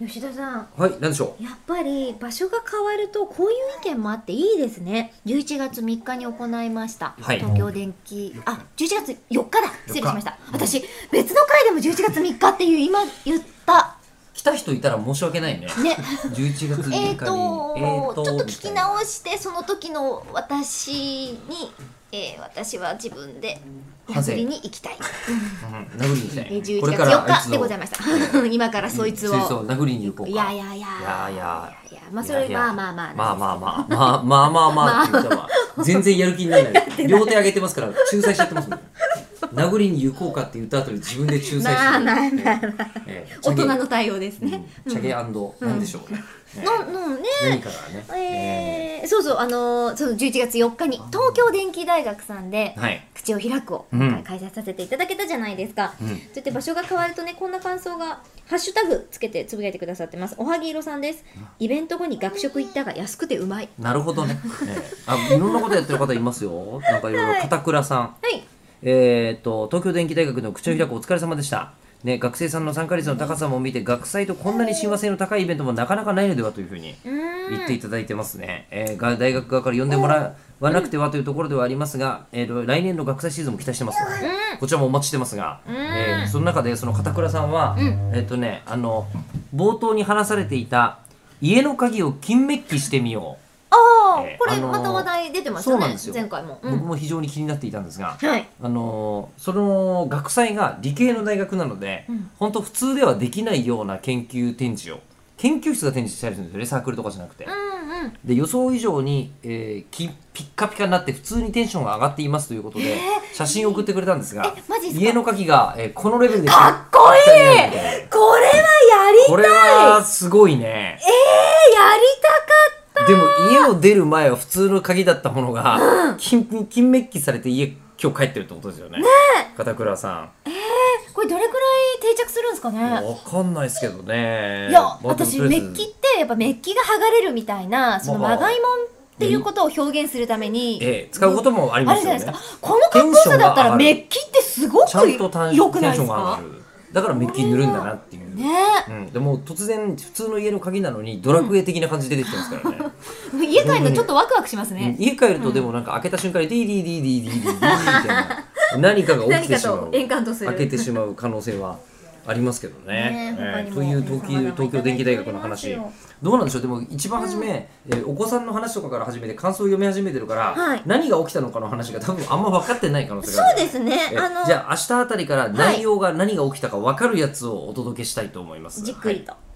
吉田さんはい、なんでしょやっぱり場所が変わるとこういう意見もあっていいですね11月3日に行いました、はい東京電気あ11月4日だ失礼しましたうん私別の回でも11月3日っていう今言ったう。来た人いたら申し訳ないね。ね11月3日に。えーとーちょっと聞き直みしてその時の私に、えー私は自分で反省殴りに行きたい、たいな。うん殴りに行きたえー11いな。これ月からあい4つ日のでございました 今からそいつをそいつを殴りに行こうか。いやいやいやいやいやいやまあそれいやいやまあまあまあまあまあまあまあまあまあまあって言ったわ全然やる気にな らない両手上げてますから仲裁しちゃってますもん殴りに行こうかって言った後に自分で仲裁してまあまあまあええ大人の対応ですチねャゲ,、。うん、チャゲなんでしょうね、ええののね。何からね、ええー、そうそうあのーその11月4日に東京電機大学さんでえはい「口を開く」をうん今回開催させていただけたじゃないですか、うんそうやって場所が変わるとねこんな感想が「ハッシュタグ」つけてつぶやいてくださってますおはぎいろさんですイベント後に学食行ったが安くてうまいなるほどね、ええあいろんなことやってる方いますよなんかいろいろ片倉さんはいえー、と東京電機大学の口を開くお疲れ様でした、ね、学生さんの参加率の高さも見て学祭とこんなに親和性の高いイベントもなかなかないのではというふうにうーん言っていただいてますね、えーが大学側から呼んでもらわなくてはというところではありますが、えー来年の学祭シーズンも期待してます、こちらもお待ちしてますが、えーその中でその片倉さんは、えっ、とねあの冒頭に話されていた家の鍵を金メッキしてみようああ、えーこれあのーまた話題出てましそたうなんねですよ前回も、う僕ん、も非常に気になっていたんですが、はいあのーその学祭が理系の大学なので、本当普通ではできないような研究展示を研究室が展示してあるんですよねサークルとかじゃなくて、うんうんで予想以上に、えーきピッカピカになって普通にテンションが上がっていますということで、写真を送ってくれたんですがえマジっすか家の鍵が、えーこのレベルでかっこいいピッカピカになるのでこれはやりこれはすごいやねりたかっでも家を出る前は普通の鍵だったものが、金金メッキされて家今日帰ってるってことですよねね片倉さんたこれどれくらい定着するんですかねわかんないですけどね。いや、まあ私メッキっ。てやっぱメッキが剥がれるみたいなそのまあまがいもんっていうことを表現するために、ええ使うこともありあまるすじゃよないですねか。このかっこよさだったテンションが上がらるメッキってすごちゃんと単く良くテないンシでョンすがか上がる。だからメッキ塗るんだなっていう。ねうん、でも突然普通の家の鍵なのにドラクエ的な感じで出てきてますからね、え家帰るのちょっとワクワクしますうんね、家帰るとでもなんか開けた瞬間にディーディーディーディーディーディーディーみたいな何かが起きてしま何うかとエンカウントする開けてしまう可能性はありますけどねねえ他にもという東様々京東京電機大学のい話ただいておりまどうなんでしょうでも一番初め、えーお子さんの話とかから始めて感想を読み始めてるから、はい何が起きたのかの話が多分あんま分かってない可能性そがうあるですねえあのじゃあ明日あたりから内容が何が起きたか分かるやつをお届けしたいと思います、じっくりと、はい